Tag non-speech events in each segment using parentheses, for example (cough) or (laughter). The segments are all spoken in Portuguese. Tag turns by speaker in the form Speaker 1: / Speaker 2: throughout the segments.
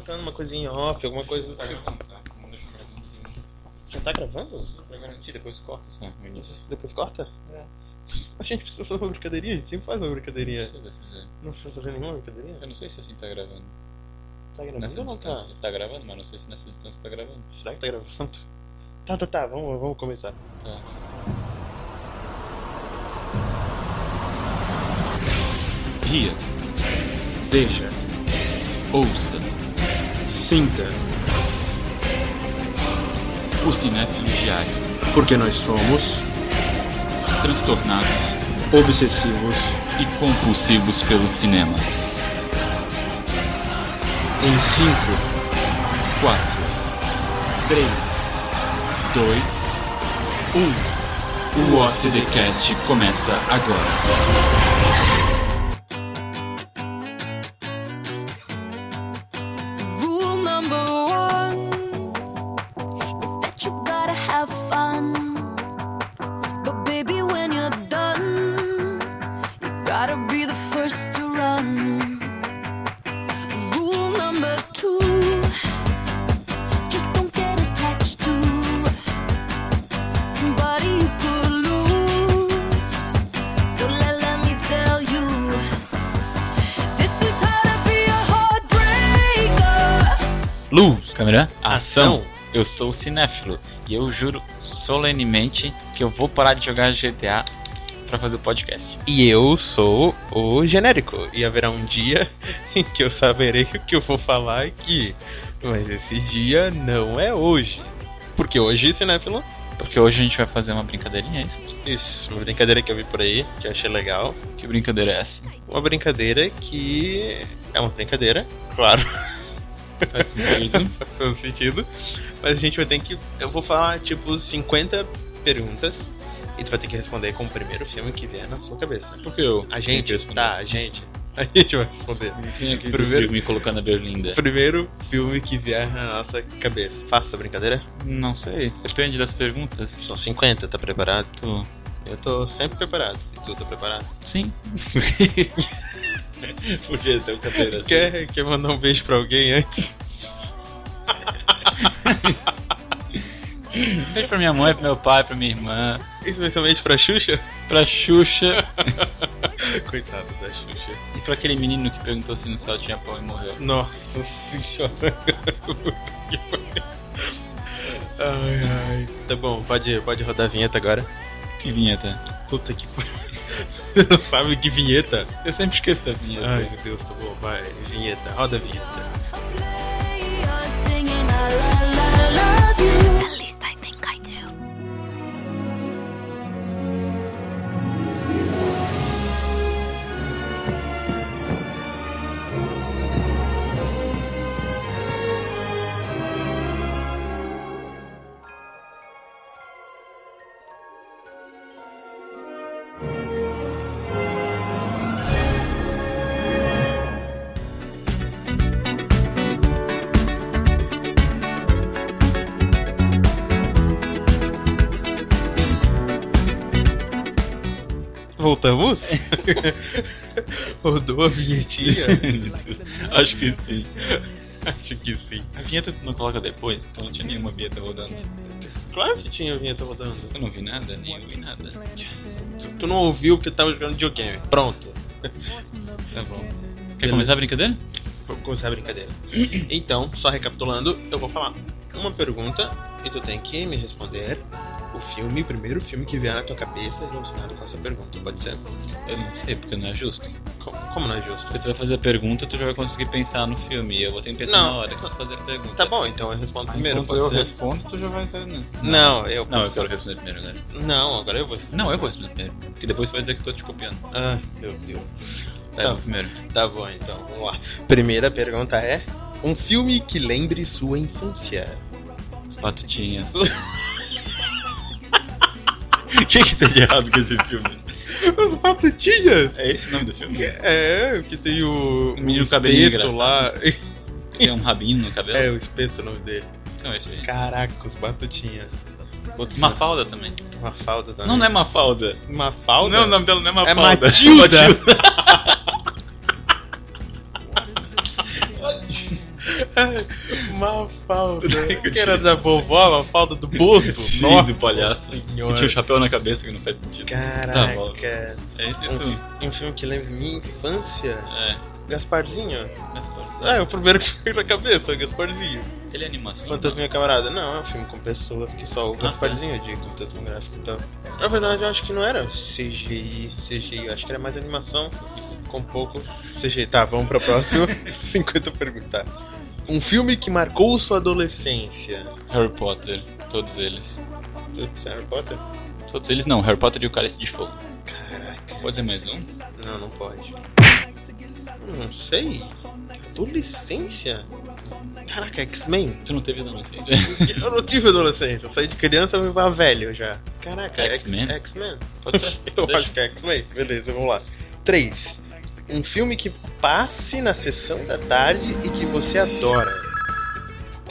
Speaker 1: contando uma coisinha em off, alguma coisa do
Speaker 2: Tá
Speaker 1: tipo.
Speaker 2: gravando, tá? Não deixa eu gravar aqui,
Speaker 1: Já tá gravando?
Speaker 2: não. Pra garantir, depois corta isso, né? No início.
Speaker 1: Depois corta?
Speaker 2: É.
Speaker 1: A gente precisa fazer uma brincadeirinha, a gente sempre faz uma
Speaker 2: Não
Speaker 1: brincadeirinha.
Speaker 2: sei o que eu vou fazer.
Speaker 1: Não precisa fazer nenhuma brincadeirinha?
Speaker 2: Eu não sei se assim tá gravando.
Speaker 1: Tá gravando
Speaker 2: Nessa
Speaker 1: ou não tá?
Speaker 2: distância tá gravando, mas não sei se nessa distância tá gravando.
Speaker 1: Será que tá gravando? Tá, tá, tá, vamos, vamos começar.
Speaker 2: Tá.
Speaker 1: Ria. Deixa. Ouça. Sinta.
Speaker 2: O Cinéfilo Diário.
Speaker 1: Porque nós somos
Speaker 2: Transtornados
Speaker 1: obsessivos
Speaker 2: e compulsivos pelo cinema.
Speaker 1: em 5,
Speaker 2: 4,
Speaker 1: 3,
Speaker 2: 2,
Speaker 1: 1.
Speaker 2: o OCDcast começa agora.
Speaker 3: Rule number one is that you gotta have fun. But baby, when you're done, you gotta be the first to run. Rule number two, just don't get attached to somebody you could lose. So let, let me tell you. This is how to be a heartbreaker.
Speaker 2: Luz, câmera,
Speaker 1: Ação.
Speaker 2: ação. Eu sou o Cinéfilo e eu juro solenemente que eu vou parar de jogar GTA pra fazer o podcast.
Speaker 1: E eu sou o genérico. E haverá um dia (laughs) em que eu saberei o que eu vou falar aqui. Mas esse dia não é hoje. Porque hoje, cinéfilo,
Speaker 2: Porque hoje a gente vai fazer uma brincadeirinha, é isso?
Speaker 1: isso, uma brincadeira que eu vi por aí, que eu achei legal.
Speaker 2: Que brincadeira é
Speaker 1: (laughs)
Speaker 2: essa?
Speaker 1: Uma brincadeira que é uma brincadeira, claro, (laughs)
Speaker 2: Faz sentido?
Speaker 1: faz todo sentido. Mas a gente vai ter que. Eu vou falar, tipo, 50 perguntas. E tu vai ter que responder com o primeiro filme que vier na sua cabeça.
Speaker 2: Porque eu.
Speaker 1: A
Speaker 2: tenho
Speaker 1: gente,
Speaker 2: que responder.
Speaker 1: tá, a gente. (laughs) A gente vai responder.
Speaker 2: Quem é que
Speaker 1: Primeiro-
Speaker 2: decidiu me colocar na
Speaker 1: É.
Speaker 2: berlinda?
Speaker 1: Primeiro filme que vier na nossa cabeça. Faça a brincadeira?
Speaker 2: Não sei. Depende das perguntas.
Speaker 1: São 50, tá preparado?
Speaker 2: Tô.
Speaker 1: Eu tô sempre preparado. E tu tá preparado?
Speaker 2: Sim.
Speaker 1: (laughs) Por que tão
Speaker 2: cadeira assim?
Speaker 1: Quer, quer mandar um beijo pra alguém antes?
Speaker 2: (laughs) Beijo pra minha mãe, pro meu pai, pra minha irmã,
Speaker 1: assim? Especialmente pra Xuxa?
Speaker 2: pra Xuxa
Speaker 1: Coitado da Xuxa.
Speaker 2: e pra aquele menino que perguntou se no céu tinha pão e morreu.
Speaker 1: Nossa senhora. (laughs) Puta que pariu. ai, ai. Tá bom, pode, pode rodar a vinheta agora.
Speaker 2: Que vinheta.
Speaker 1: Puta que pariu. (laughs) Você não sabe que vinheta?
Speaker 2: Eu sempre esqueço da vinheta.
Speaker 1: Ai, meu Deus, tá bom, vai. Vinheta, roda a vinheta.
Speaker 3: You're singing, I lo- lo- love you. At least I think I do.
Speaker 1: Voltamos?
Speaker 2: (laughs)
Speaker 1: Rodou a vinhetinha?
Speaker 2: Meu Deus. (laughs) Acho que sim.
Speaker 1: é. Acho que sim.
Speaker 2: A vinheta tu não coloca depois, então não tinha nenhuma vinheta rodando.
Speaker 1: Claro que tinha a vinheta rodando.
Speaker 2: Eu não vi nada, nem ouvi nada.
Speaker 1: Tu, tu não ouviu porque tava jogando videogame. Pronto.
Speaker 2: Tá bom. Quer começar a brincadeira?
Speaker 1: Vamos começar a
Speaker 2: (clears throat)
Speaker 1: brincadeira. Então, só recapitulando, eu vou falar uma pergunta e tu tem que me responder o filme, o primeiro filme que vier na tua cabeça relacionado com essa pergunta. Pode ser?
Speaker 2: Eu não sei, porque não é justo.
Speaker 1: Co- Como não é justo?
Speaker 2: Porque tu vai fazer a pergunta, tu já vai conseguir pensar no filme. e Eu vou ter que pensar
Speaker 1: Não.
Speaker 2: na hora que tu fazer a pergunta.
Speaker 1: Tá bom, então eu respondo primeiro,
Speaker 2: Primeiro,
Speaker 1: pode ser?
Speaker 2: Ah, respondo, tu já vai entendendo.
Speaker 1: Não, eu.
Speaker 2: Não, eu quero responder primeiro, né?
Speaker 1: Não, agora eu vou.
Speaker 2: Não, eu vou responder primeiro. Porque depois tu vai dizer que eu tô te copiando.
Speaker 1: Ah, meu Deus.
Speaker 2: Tá,
Speaker 1: Tá.
Speaker 2: eu vou primeiro.
Speaker 1: Tá bom, então, vamos lá. Primeira pergunta é: Um filme que lembre sua infância?
Speaker 2: As
Speaker 1: (laughs)
Speaker 2: patutinhas. O que que tem de errado com esse filme?
Speaker 1: Os Patutinhas?
Speaker 2: É esse o nome do filme?
Speaker 1: É, que tem o.
Speaker 2: O menino
Speaker 1: o
Speaker 2: cabelinho
Speaker 1: espeto
Speaker 2: engraçado.
Speaker 1: lá.
Speaker 2: Tem um rabinho no cabelo?
Speaker 1: É, o espeto o nome dele.
Speaker 2: Então é esse aí.
Speaker 1: Caraca, os Batutinhas. Outro
Speaker 2: Mafalda também.
Speaker 1: Uma falda também.
Speaker 2: Não, não é Mafalda.
Speaker 1: uma Ah. falda?
Speaker 2: Não,
Speaker 1: (laughs)
Speaker 2: o nome dela não é
Speaker 1: É
Speaker 2: Mafalda. (laughs)
Speaker 1: Matilda! Mafalda. Que era da vovó, Mafalda do bolso.
Speaker 2: Sim,
Speaker 1: Nossa
Speaker 2: do palhaço.
Speaker 1: senhora.
Speaker 2: Que tinha o chapéu na cabeça que não faz sentido. Tá bom.
Speaker 1: Caraca.
Speaker 2: É isso
Speaker 1: Um,
Speaker 2: e tu.
Speaker 1: fi- um filme que lembra minha infância.
Speaker 2: É,
Speaker 1: Gasparzinho.
Speaker 2: mas pode
Speaker 1: Ah, é o primeiro que (laughs) veio na cabeça, o Gasparzinho.
Speaker 2: Ele é animação.
Speaker 1: Fantasminha Camarada. Não, é um filme com pessoas que só o
Speaker 2: tá.
Speaker 1: Gasparzinho é de computação gráfica e tal. então. Na verdade, eu acho que não era CGI, CGI. Eu acho que era mais animação com pouco CGI. Tá, vamos pra
Speaker 2: (laughs)
Speaker 1: próxima. 50 perguntas. Um filme que marcou sua adolescência.
Speaker 2: Harry Potter, todos eles.
Speaker 1: Putz, Harry Potter?
Speaker 2: Todos eles não, Harry Potter e o Cálice de Fogo.
Speaker 1: Caraca.
Speaker 2: Pode ser mais um?
Speaker 1: Não, não pode. Não sei. Adolescência? Caraca, X-Men? (laughs)
Speaker 2: Tu não teve adolescente?
Speaker 1: Eu não tive adolescência. Eu saí de criança e vim velho já. Caraca, X-
Speaker 2: X-Men?
Speaker 1: X-Men.
Speaker 2: Pode ser.
Speaker 1: (laughs) Eu
Speaker 2: Deixa.
Speaker 1: acho que é X-Men. Beleza, vamos lá. 3. Um filme que passe na sessão da tarde e que você adora.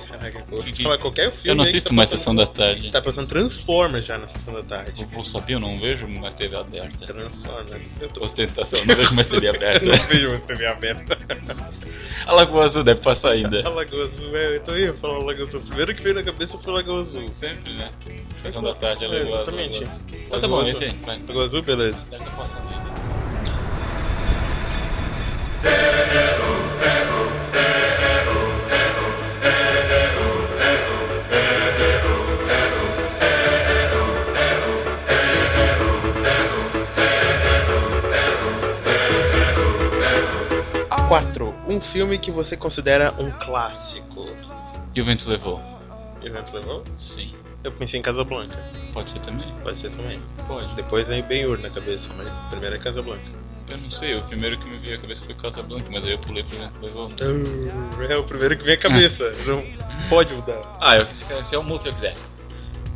Speaker 1: Caraca, eu vou
Speaker 2: Que- que-
Speaker 1: falar qualquer filme.
Speaker 2: Eu não
Speaker 1: aí que
Speaker 2: assisto
Speaker 1: tá
Speaker 2: mais
Speaker 1: passando-
Speaker 2: Sessão da Tarde.
Speaker 1: Tá passando Transformers já na sessão da tarde.
Speaker 2: Eu vou saber, eu não vejo mais TV aberta.
Speaker 1: Transformers. Eu tô
Speaker 2: Ostentação, não vejo mais TV
Speaker 1: (laughs)
Speaker 2: aberta.
Speaker 1: Eu não vejo mais TV aberta.
Speaker 2: A Lagoa Azul deve passar ainda.
Speaker 1: A Lagoa Azul, é, eu tô indo falar Lagoa Azul. O primeiro que veio na cabeça foi Lagoa Azul. É,
Speaker 2: Sempre, né? Sessão da tarde, a Lagoa Azul.
Speaker 1: Exatamente.
Speaker 2: Lagoa Azul. Então tá bom,
Speaker 1: Lagoa
Speaker 2: esse
Speaker 1: Azul.
Speaker 2: aí. Vai.
Speaker 1: Lagoa Azul, beleza.
Speaker 2: Deve tá passando ainda.
Speaker 1: Quatro. Um filme que você considera um clássico.
Speaker 2: E o vento levou?
Speaker 1: Evento levou?
Speaker 2: Sim.
Speaker 1: Eu pensei em Casablanca.
Speaker 2: Pode ser também?
Speaker 1: Pode ser também.
Speaker 2: Pode.
Speaker 1: Depois vem Ben Hur na cabeça, mas primeiro é Casablanca.
Speaker 2: Eu não sei, o primeiro que me veio à cabeça foi Casablanca, mas aí eu pulei pro vento levou.
Speaker 1: É o primeiro que vem à (laughs) cabeça. Não pode mudar.
Speaker 2: Ah, eu, se é o multi eu quiser.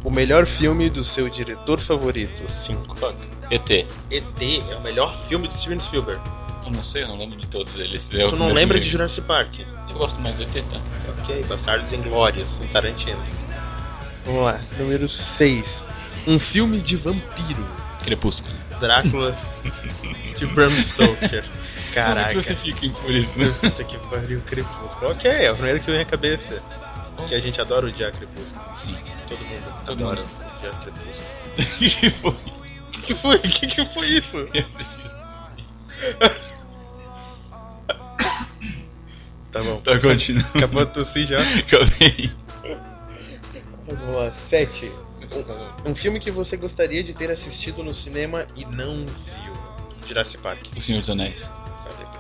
Speaker 1: O melhor filme do seu diretor favorito. 5.
Speaker 2: Fuck. ET.
Speaker 1: ET é o melhor filme de Steven Spielberg.
Speaker 2: Eu não sei, eu não lembro de todos eles. É o
Speaker 1: Tu não
Speaker 2: primeiro
Speaker 1: lembra
Speaker 2: que
Speaker 1: de
Speaker 2: me-
Speaker 1: Jurassic Park?
Speaker 2: Eu gosto mais do ET, tá?
Speaker 1: Ok, Bastardos em Glórias, em Tarantino. Vamos lá, número 6. Um filme de vampiro.
Speaker 2: Crepúsculo.
Speaker 1: (laughs) Drácula de Bram Stoker.
Speaker 2: Não é
Speaker 1: Caraca.
Speaker 2: me crucifiquem por isso, né?
Speaker 1: Puta que pariu, Crepúsculo. Ok, é o primeiro que vem à cabeça. Que a gente adora odiar Crepúsculo.
Speaker 2: Sim. (laughs)
Speaker 1: Todo mundo
Speaker 2: Todo
Speaker 1: adora
Speaker 2: mundo.
Speaker 1: odiar Crepúsculo.
Speaker 2: que foi?
Speaker 1: O que foi? (laughs) O que, que foi isso?
Speaker 2: Eu preciso.
Speaker 1: Tá bom.
Speaker 2: Tá, (laughs) continua.
Speaker 1: Acabou de tossir já.
Speaker 2: Acabei.
Speaker 1: Vamos lá, 7. Um filme que você gostaria de ter assistido no cinema e não viu. Jurassic Park.
Speaker 2: O Senhor dos Anéis.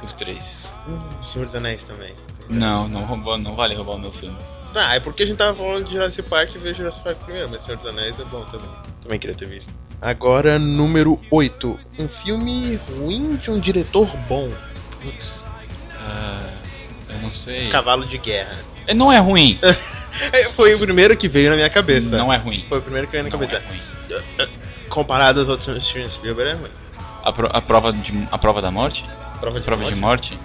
Speaker 2: Os três.
Speaker 1: Hum, Senhor dos Anéis também.
Speaker 2: Não, não, roubou, não vale roubar o meu filme.
Speaker 1: Ah, é porque a gente tava falando de Jurassic Park e veio Jurassic Park primeiro, mas Senhor dos Anéis é bom também. Também queria ter visto. Agora, número 8. Um filme ruim de um diretor bom.
Speaker 2: Putz. Ah, eu não sei.
Speaker 1: Cavalo de Guerra.
Speaker 2: É, Não é ruim.
Speaker 1: É, Foi o primeiro que veio na minha cabeça.
Speaker 2: Não é ruim.
Speaker 1: Foi o primeiro que veio na
Speaker 2: Não
Speaker 1: cabeça. Eh,
Speaker 2: é ruim.
Speaker 1: Comparado aos outros Steven Spielberg, é ruim.
Speaker 2: A, pro- a prova de, a prova da morte?
Speaker 1: Prova de,
Speaker 2: prova
Speaker 1: morte.
Speaker 2: de morte?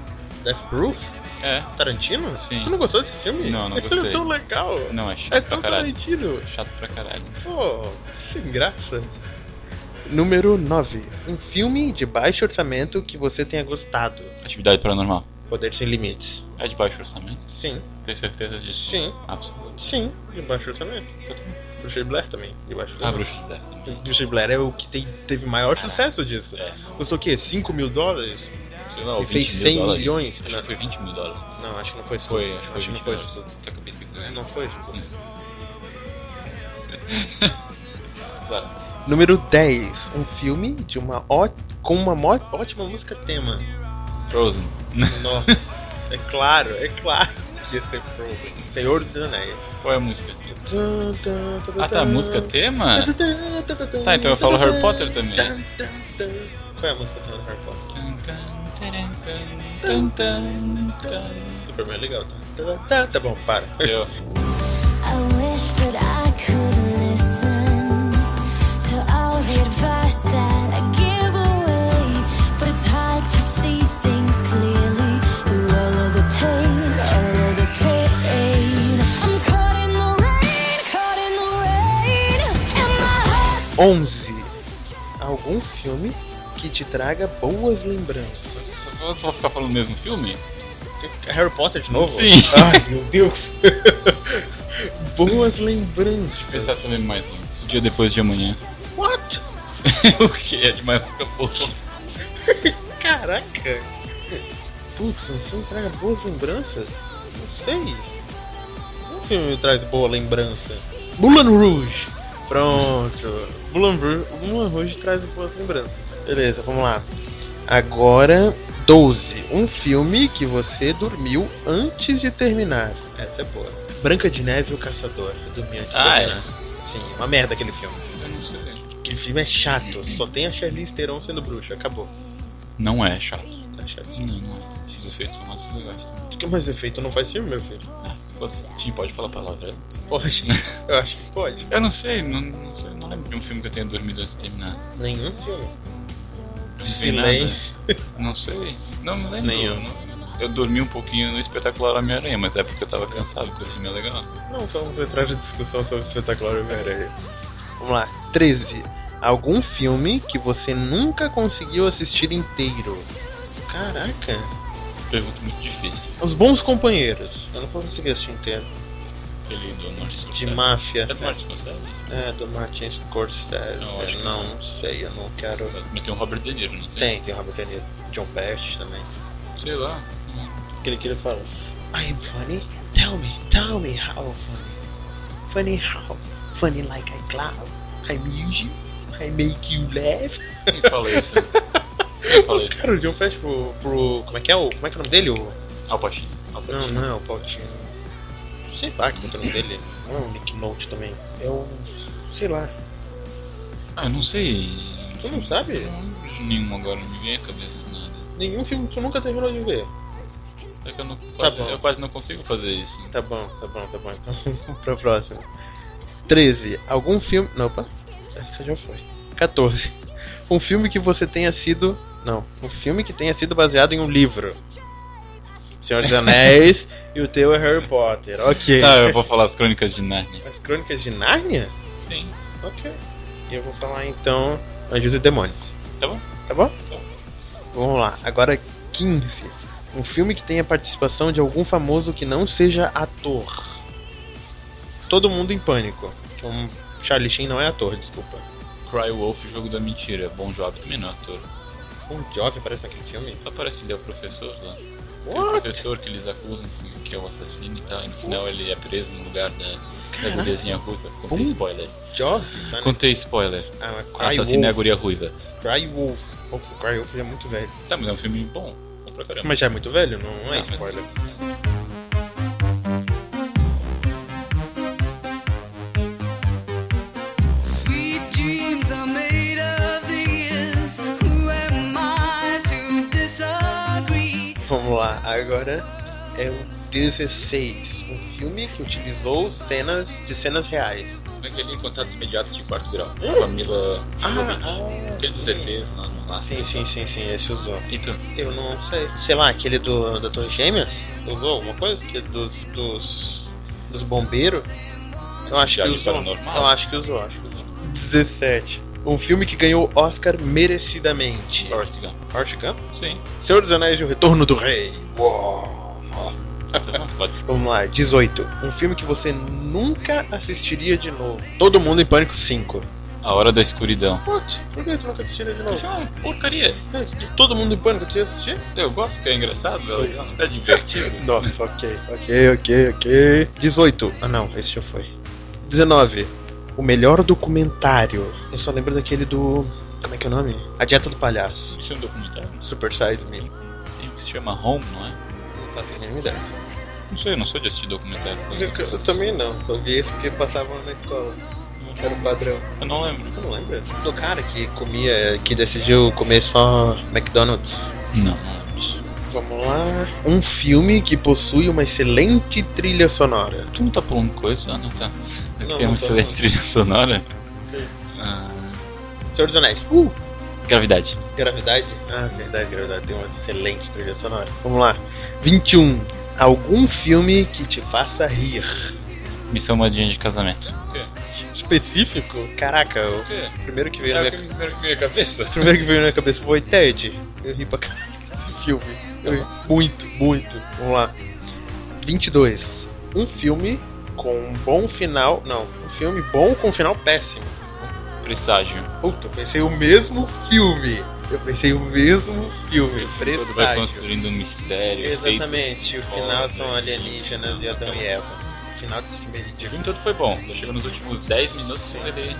Speaker 1: Death Proof?
Speaker 2: É.
Speaker 1: Tarantino?
Speaker 2: Sim.
Speaker 1: Tu não gostou desse filme?
Speaker 2: Não, não
Speaker 1: é tão-
Speaker 2: gostei.
Speaker 1: tão legal.
Speaker 2: Não, é chato
Speaker 1: É
Speaker 2: pra
Speaker 1: tão
Speaker 2: caralho.
Speaker 1: Tarantino.
Speaker 2: Chato pra caralho.
Speaker 1: Pô, sem graça. Número 9. Um filme de baixo orçamento que você tenha gostado.
Speaker 2: Atividade paranormal.
Speaker 1: Poder Sem Limites.
Speaker 2: É de baixo orçamento?
Speaker 1: Sim,
Speaker 2: Tem certeza disso?
Speaker 1: sim,
Speaker 2: Absoluto.
Speaker 1: sim, de baixo orçamento. Bruxa de Blair também, de baixo
Speaker 2: A
Speaker 1: orçamento.
Speaker 2: Ah, bruxa de Blair também.
Speaker 1: Bruxa de Blair é o que tem- teve maior sucesso disso.
Speaker 2: É.
Speaker 1: Custou o quê? 5 mil dólares?
Speaker 2: Sei lá, ou
Speaker 1: E fez
Speaker 2: 20 mil
Speaker 1: 100
Speaker 2: dólares.
Speaker 1: milhões,
Speaker 2: Acho
Speaker 1: né?
Speaker 2: que foi 20 mil dólares.
Speaker 1: Não, acho que não foi isso.
Speaker 2: Foi, acho que foi 20
Speaker 1: não foi
Speaker 2: dólares.
Speaker 1: isso. É,
Speaker 2: Que eu né? acabei esquecendo.
Speaker 1: Não foi isso.
Speaker 2: Próximo.
Speaker 1: Número 10. Um filme de uma ó- com uma mó- ótima música tema.
Speaker 2: Frozen. (laughs)
Speaker 1: Nossa, (laughs) é claro, é claro que ia ser Frozen. Senhor dos Anéis.
Speaker 2: Qual é a música? Ah, tá. Música
Speaker 1: (laughs)
Speaker 2: tema? Tá, então eu falo Harry Potter também.
Speaker 1: Qual é a música tema do Harry Potter? Super bem legal, tá? Tá, tá bom, para.
Speaker 2: Eu.
Speaker 3: I wish that I could listen to all the advice that I give away, but it's hard to see things clearly through all of the pain, all of the pain. I'm caught in the rain, caught in the rain, and my heart's
Speaker 1: 11. Algum filme que te traga boas lembranças.
Speaker 2: Eu só vou ficar falando o mesmo filme?
Speaker 1: Harry Potter de novo?
Speaker 2: Sim.
Speaker 1: (laughs) Ai, meu Deus. Boas lembranças.
Speaker 2: Pensar sobre mais um. Dia depois de amanhã. (laughs)
Speaker 1: What?
Speaker 2: o que é de mais pouco?
Speaker 1: Caraca. Putz, um filme traz boas lembranças? Não sei. Um filme traz boa lembrança. Moulin Rouge. Pronto. Moulin Rouge, Moulin Rouge traz boas lembranças. Beleza, vamos lá. Agora, 12. Um filme que você dormiu antes de terminar. Essa é boa. Branca de Neve e o Caçador. Eu dormi antes de
Speaker 2: Ah, é?
Speaker 1: terminar. Sim, uma merda aquele filme. Aquele filme é chato. Só tem a Charlize Theron sendo bruxa. Acabou.
Speaker 2: Não é chato.
Speaker 1: Tá chato.
Speaker 2: Não, não é. Os efeitos são mais legais também.
Speaker 1: Que mais efeito não faz filme, meu filho?
Speaker 2: Ah, pode- Tim, pode falar palavrão?
Speaker 1: (laughs) Pode. Eu acho que pode.
Speaker 2: Eu não sei, não, não sei, não lembro de um filme que eu tenha dormido antes de terminar.
Speaker 1: Nenhum filme.
Speaker 2: Não sei nada.
Speaker 1: Silêncio.
Speaker 2: Não sei. Não me lembro.
Speaker 1: Nem eu.
Speaker 2: Não- Eu dormi um pouquinho no espetacular Homem-Aranha, mas é porque eu tava cansado, porque o filme é legal.
Speaker 1: (laughs) Não vamos entrar em discussão sobre espetacular Homem-Aranha. Vamos lá. 13. Algum filme que você nunca conseguiu assistir inteiro? Caraca.
Speaker 2: Pergunta muito difícil.
Speaker 1: Os Bons Companheiros. Eu não consegui assistir inteiro.
Speaker 2: Aquele é do Norte
Speaker 1: De máfia.
Speaker 2: É do Norte Scorsese?
Speaker 1: É, do Martin Scorsese.
Speaker 2: Não, acho que
Speaker 1: Não, não sei, eu não quero...
Speaker 2: Mas tem o Robert De Niro, não tem?
Speaker 1: Tem, tem o Robert De Niro. John Best também.
Speaker 2: Tem. Sei lá.
Speaker 1: que ele queria falar. I am funny. Tell me, tell me how funny. Funny how? Funny like I clown. I amuse you. I make you laugh.
Speaker 2: Quem fala isso? Quem fala isso?
Speaker 1: Cara, o John Fast pro, pro. Como é que é o. Como é que é o nome dele? O...
Speaker 2: Al Pacino. Al Pacino.
Speaker 1: Não, não é o Pautinho. Sei lá como é que é o nome dele. Não é o Nick Note também. É o. Sei lá.
Speaker 2: Ah, eu não sei.
Speaker 1: Tu não sabe?
Speaker 2: Eu não lembro de nenhum agora, não me vem à cabeça nada.
Speaker 1: Nenhum filme que tu nunca terminou de ver.
Speaker 2: É que eu, não, quase,
Speaker 1: Tá bom.
Speaker 2: eu quase não consigo fazer isso.
Speaker 1: Tá bom, tá bom, tá bom. Então (laughs) vamos pra próxima. 13. Algum filme. Não, opa. Essa já foi. 14. Um filme que você tenha sido. Não. Um filme que tenha sido baseado em um livro. Senhor dos Anéis e o teu é Harry Potter. Ok.
Speaker 2: Ah, eu vou falar as crônicas de Narnia.
Speaker 1: As Crônicas de Nárnia?
Speaker 2: Sim.
Speaker 1: Ok. E eu vou falar então Anjos e Demônios.
Speaker 2: Tá bom?
Speaker 1: Tá bom?
Speaker 2: Tá bom.
Speaker 1: Vamos lá. Agora 15. Um filme que tenha participação de algum famoso que não seja ator. Todo mundo em pânico. Que um Charlie Sheen não é ator, desculpa.
Speaker 2: Cry Wolf, Jogo da Mentira. Bom job também não é ator.
Speaker 1: Um jovem aparece naquele filme.
Speaker 2: Só parece ele é o professor lá. Aquele
Speaker 1: What?
Speaker 2: professor que eles acusam que- que é o assassino e tal. E no final ele é preso no lugar da, da guriazinha ruiva. Contei
Speaker 1: Hum.
Speaker 2: spoiler.
Speaker 1: Jovem? Tá, né?
Speaker 2: Contei spoiler.
Speaker 1: Ah, mas Cry
Speaker 2: A assassina é a
Speaker 1: Wolf.
Speaker 2: guria ruiva.
Speaker 1: Cry Wolf. Pô, o Cry Wolf já é muito velho.
Speaker 2: Tá, mas é um filme bom. Bom pra caramba.
Speaker 1: Mas já é muito velho? Não é
Speaker 2: Ah, mas-
Speaker 1: spoiler.
Speaker 4: Sweet dreams are made of these. Who am I to disagree?
Speaker 1: Vamos lá, agora é o 16. Um filme que utilizou cenas de cenas reais.
Speaker 2: Como é que ele contatos imediatos de quarto grau?
Speaker 1: Hum?
Speaker 2: Com a Mila. Aquele dos ETs lá no
Speaker 1: Ah,
Speaker 2: lá.
Speaker 1: Sim, sim, sim, sim, esse é usou.
Speaker 2: E tu?
Speaker 1: Eu não sei. Sei lá, aquele do da Torre Gêmeas? Usou alguma coisa? Que é dos. dos. dos bombeiros? Eu acho que
Speaker 2: Viagem
Speaker 1: usou.
Speaker 2: Paranormal?
Speaker 1: Eu acho que usou, acho que usou. 17. Um filme que ganhou Oscar merecidamente.
Speaker 2: Forrest Gump.
Speaker 1: Forrest Gump?
Speaker 2: Sim.
Speaker 1: Senhor dos Anéis e o Retorno do Rei. Uou. Ah,
Speaker 2: Tá bom, pode ser.
Speaker 1: Vamos lá, 18. Um filme que você nunca assistiria de novo. Todo mundo em pânico 5.
Speaker 2: A Hora da Escuridão.
Speaker 1: What? Por que tu nunca assistiria de
Speaker 2: Isso é uma porcaria.
Speaker 1: Todo mundo em pânico, tu ia assistir?
Speaker 2: Eu gosto que é engraçado, é legal, é divertido.
Speaker 1: Nossa, ok, ok, ok, ok. 18. Ah não, esse já foi. 19. O melhor documentário. Eu só lembro daquele do. Como é que é o nome? A Dieta do Palhaço.
Speaker 2: Isso é um documentário.
Speaker 1: Super Size Me.
Speaker 2: Tem um que se chama Home, não é?
Speaker 1: Não faço nenhuma ideia.
Speaker 2: Não sei, eu não sou de assistir documentário.
Speaker 1: Eu, é eu também não, só vi esse porque passavam na escola. Era o padrão.
Speaker 2: Eu não lembro.
Speaker 1: Tu não lembra? Do cara que comia, que decidiu comer só McDonald's.
Speaker 2: Não, não lembro. disso.
Speaker 1: Vamos lá. Um filme que possui uma excelente trilha sonora.
Speaker 2: Tu não tá pulando coisa? Ah, não tá. É que
Speaker 1: Não,
Speaker 2: tem uma
Speaker 1: não tô,
Speaker 2: excelente
Speaker 1: não.
Speaker 2: trilha sonora.
Speaker 1: Sim.
Speaker 2: Ah,
Speaker 1: Senhor dos Anéis. Uh!
Speaker 2: gravidade.
Speaker 1: Gravidade? Ah, verdade, gravidade. Tem uma excelente trilha sonora. Vamos lá. 21. Algum filme que te faça rir.
Speaker 2: Missão Madinha de Casamento. O quê?
Speaker 1: Específico? Caraca, o
Speaker 2: quê?
Speaker 1: primeiro
Speaker 2: é
Speaker 1: que veio na minha...
Speaker 2: primeiro que veio à cabeça?
Speaker 1: O primeiro que veio na minha cabeça foi Ted. Eu ri pra caralho (laughs) desse filme. Eu- Muito, muito. Vamos lá. 22. Um filme com um bom final. Não, um filme bom com um final péssimo.
Speaker 2: Presságio.
Speaker 1: Puta, eu pensei o mesmo filme. Eu pensei o mesmo filme.
Speaker 2: Todo vai
Speaker 1: Presságio.
Speaker 2: construindo um mistério.
Speaker 1: Exatamente. O
Speaker 2: efeitos
Speaker 1: final
Speaker 2: fodas,
Speaker 1: são
Speaker 2: né?
Speaker 1: alienígenas e Adão e Eva. O final desse filme é
Speaker 2: O
Speaker 1: ridículo.
Speaker 2: filme todo foi bom. Quando Chegou nos últimos 10 minutos e ele...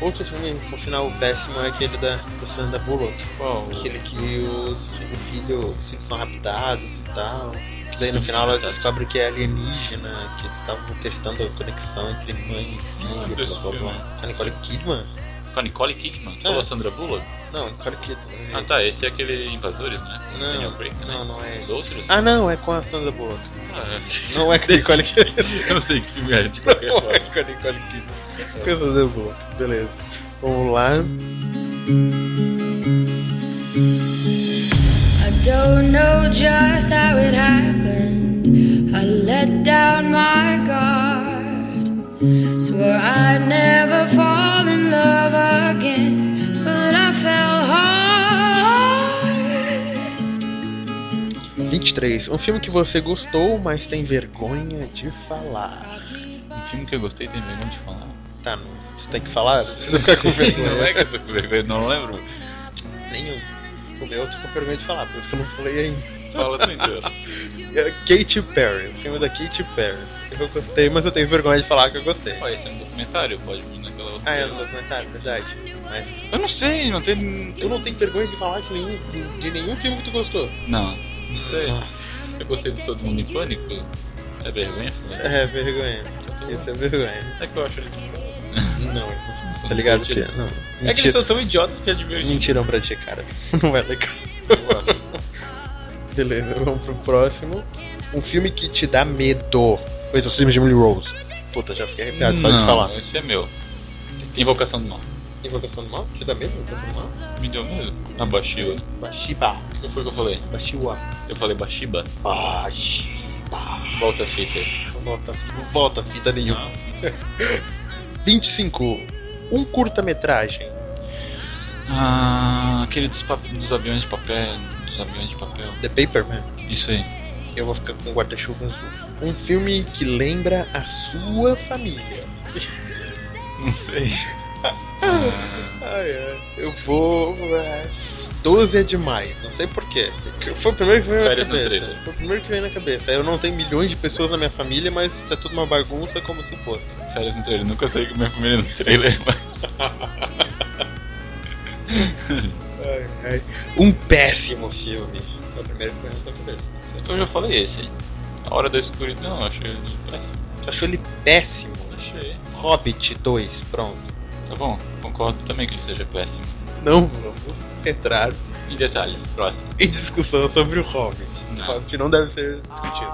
Speaker 1: Outro filme com final péssimo é aquele da, da Sandra Bullock.
Speaker 2: Qual?
Speaker 1: Aquele que os, o filho, os filhos são raptados e tal. Daí no final ela descobre que é alienígena, que eles estavam testando a conexão entre mãe e
Speaker 2: Não,
Speaker 1: filho,
Speaker 2: desse
Speaker 1: blá blá blá. A Nicole Kidman?
Speaker 2: Com a Nicole Kidman? Tu
Speaker 1: É.
Speaker 2: Falou a Sandra Bullock?
Speaker 1: Não, Nicole Kidman.
Speaker 2: Ah tá, esse é aquele Invasores, né?
Speaker 1: Não,
Speaker 2: Daniel Craig, né?
Speaker 1: não, não é
Speaker 2: Os
Speaker 1: esse.
Speaker 2: outros?
Speaker 1: Ah, não, é com a Sandra Bullock.
Speaker 2: Ah,
Speaker 1: Não é com a Nicole Kidman. (laughs)
Speaker 2: (laughs) eu não sei que filme é, de qualquer
Speaker 1: Não é com
Speaker 2: forma.
Speaker 1: a Nicole Kidman. Com a Sandra Bullock, beleza. Vamos lá.
Speaker 5: I don't know just how it happened. I let down my guard. Swore I'd never fall in love again, but I fell hard.
Speaker 1: 23. Um filme que você gostou, mas tem vergonha de falar.
Speaker 2: Um filme que eu gostei tem vergonha de falar.
Speaker 1: Tá, não, tu tem que falar? Você não fica com vergonha. né?
Speaker 2: (laughs) Não é que eu tô com vergonha, não lembro.
Speaker 1: Nenhum. O meu eu tô com vergonha de falar, por isso que eu não falei ainda.
Speaker 2: Fala tu então.
Speaker 1: É Katy Perry, o filme é da Katy Perry. Eu gostei, mas eu tenho vergonha de falar que eu gostei.
Speaker 2: Ó, esse é um documentário, pode vir naquela outra.
Speaker 1: Ah, é no documentário, verdade. Mas
Speaker 2: Eu não sei, não tem.
Speaker 1: tu não tem vergonha de falar de nenhum, de, de nenhum filme que tu gostou.
Speaker 2: Não, não sei. Eu gostei de todo mundo em pânico. É vergonha falar.
Speaker 1: É, vergonha. Isso é vergonha.
Speaker 2: É que eu acho eles muito
Speaker 1: Não, tá ligado? Tia? Não.
Speaker 2: É que eles
Speaker 1: Mentira.
Speaker 2: são tão idiotas que é divertido.
Speaker 1: Mentiram pra ti, cara. (laughs) Não vai legal. Beleza, vamos pro próximo. Um filme que te dá medo. Pois é, o filme de Emily Rose. Puta, já fiquei arrepiado só de
Speaker 2: Não,
Speaker 1: falar.
Speaker 2: Esse é meu. Invocação do Mal.
Speaker 1: Invocação do Mal? Te dá medo? Invocação do Mal?
Speaker 2: Me deu medo. Na Bashiba.
Speaker 1: Bashiba.
Speaker 2: O que foi que eu falei?
Speaker 1: Bashiwa.
Speaker 2: Eu falei Bashiba?
Speaker 1: Bashiba.
Speaker 2: Volta a fita.
Speaker 1: Volta, não volta fita nenhuma.
Speaker 2: Não.
Speaker 1: 25. Um curta-metragem.
Speaker 2: Ah, aquele dos, pap- dos aviões de papel. Dos aviões de papel.
Speaker 1: The Paperman.
Speaker 2: Isso aí.
Speaker 1: Eu vou ficar com guarda-chuva azul. Um filme que lembra a sua família.
Speaker 2: Não sei.
Speaker 1: Ai, ai. Eu vou. ah, 12 é demais, não sei porquê. Foi o primeiro que veio na
Speaker 2: Férias no
Speaker 1: cabeça.
Speaker 2: trailer.
Speaker 1: Foi o primeiro que veio na cabeça. Eu não tenho milhões de pessoas na minha família, mas isso é tudo uma bagunça como se fosse.
Speaker 2: Férias no trailer. Nunca saí com minha família no trailer, (laughs) mas.
Speaker 1: Um péssimo filme. Foi o primeiro que veio na sua cabeça.
Speaker 2: Eu já falei esse. A Hora da Escuridão, eu achei ele péssimo.
Speaker 1: Tu achou ele péssimo? né?
Speaker 2: Achei.
Speaker 1: Hobbit 2, pronto.
Speaker 2: Tá bom, concordo também que ele seja péssimo.
Speaker 1: Não vamos entrar
Speaker 2: E detalhes, próximo.
Speaker 1: em discussão sobre o Hobbit.
Speaker 2: Não.
Speaker 1: O Hobbit não deve ser discutido.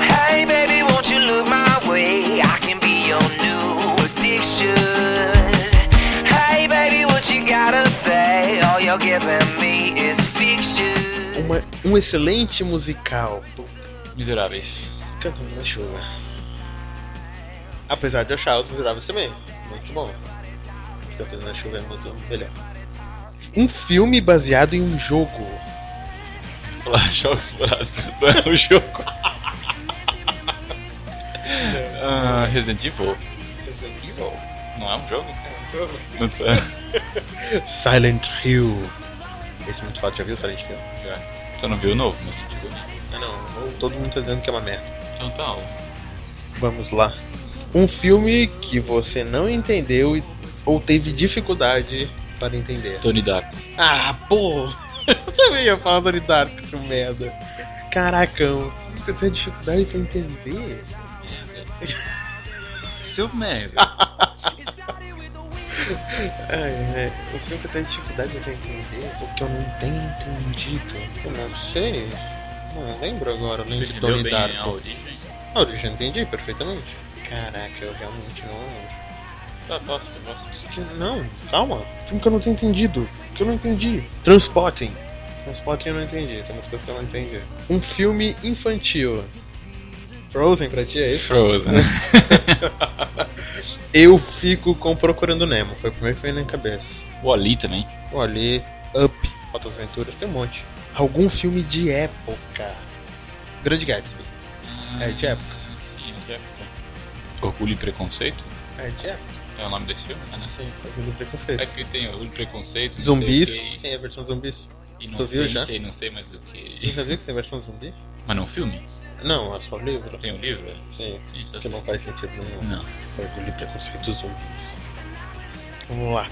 Speaker 6: Hey, baby, won't you look my way? I can be your new addiction. Hey, baby, what you gotta say? All you're giving me is fiction.
Speaker 1: Uma- um excelente musical.
Speaker 2: Miseráveis.
Speaker 1: Cantando na chuva. Apesar de eu achar os miseráveis também. Muito bom. Os Cantando na chuva é muito melhor. Um filme baseado em um jogo.
Speaker 2: Lá, joga os braços, não é o jogo. ah, Resident Evil. Não é um jogo? Não tá.
Speaker 1: Silent Hill. Esse é muito fácil, já viu Silent Hill?
Speaker 2: Já. Tu não viu o novo, mas Resident Evil.
Speaker 1: Ah não, todo mundo tá dizendo que é uma merda.
Speaker 2: Então tá, ó.
Speaker 1: Vamos lá. Um filme que você não entendeu e- ou teve dificuldade para entender.
Speaker 2: Tony Dark.
Speaker 1: Ah, pô! (laughs) Eu também ia falar do Darko, seu merda. Caracão, eu tenho dificuldade pra entender.
Speaker 2: Seu (laughs) merda.
Speaker 1: Ai, ai, o filme que eu tenho dificuldade pra entender o que eu não tenho entendido. Eu não sei. Não lembro agora, nem de
Speaker 2: Entendeu
Speaker 1: Tony
Speaker 2: bem
Speaker 1: Darko.
Speaker 2: a origem?
Speaker 1: Ah, eu já entendi perfeitamente. Caraca, eu realmente não lembro.
Speaker 2: Tá, próximo, próximo.
Speaker 1: Que- Não, calma. Filme que eu não tenho entendido. Que eu não entendi. Transporting. Transporting eu não entendi. Tem umas coisas que eu não entendi. Um filme infantil. Frozen pra ti é isso?
Speaker 2: Frozen.
Speaker 1: Eu fico com Procurando Nemo. Foi o primeiro que veio na minha cabeça.
Speaker 2: O Ali também.
Speaker 1: Vou ali, Up, Foto Aventuras, tem um monte. Algum filme de época. Grande Gatsby. É de época.
Speaker 2: Sim, é de época. Orgulho e Preconceito?
Speaker 1: É de época,
Speaker 2: É o nome desse filme? Ah, né?
Speaker 1: sim. Orgulho e
Speaker 2: É
Speaker 1: preconceito.
Speaker 2: que tem Orgulho e Preconceito. não sei o
Speaker 1: Zumbis.
Speaker 2: quê,
Speaker 1: Tem a versão zumbis?
Speaker 2: E não
Speaker 1: Tu
Speaker 2: sei,
Speaker 1: viu já?
Speaker 2: não sei, não sei mais o que.
Speaker 1: Você já viu que tem versão zumbi?
Speaker 2: Mas não é um filme?
Speaker 1: Não, é só livro.
Speaker 2: Tem um livro? tá
Speaker 1: Sim.
Speaker 2: Isso.
Speaker 1: Que não faz sentido nenhum.
Speaker 2: Não.
Speaker 1: Orgulho e preconceito zumbi. Vamos lá.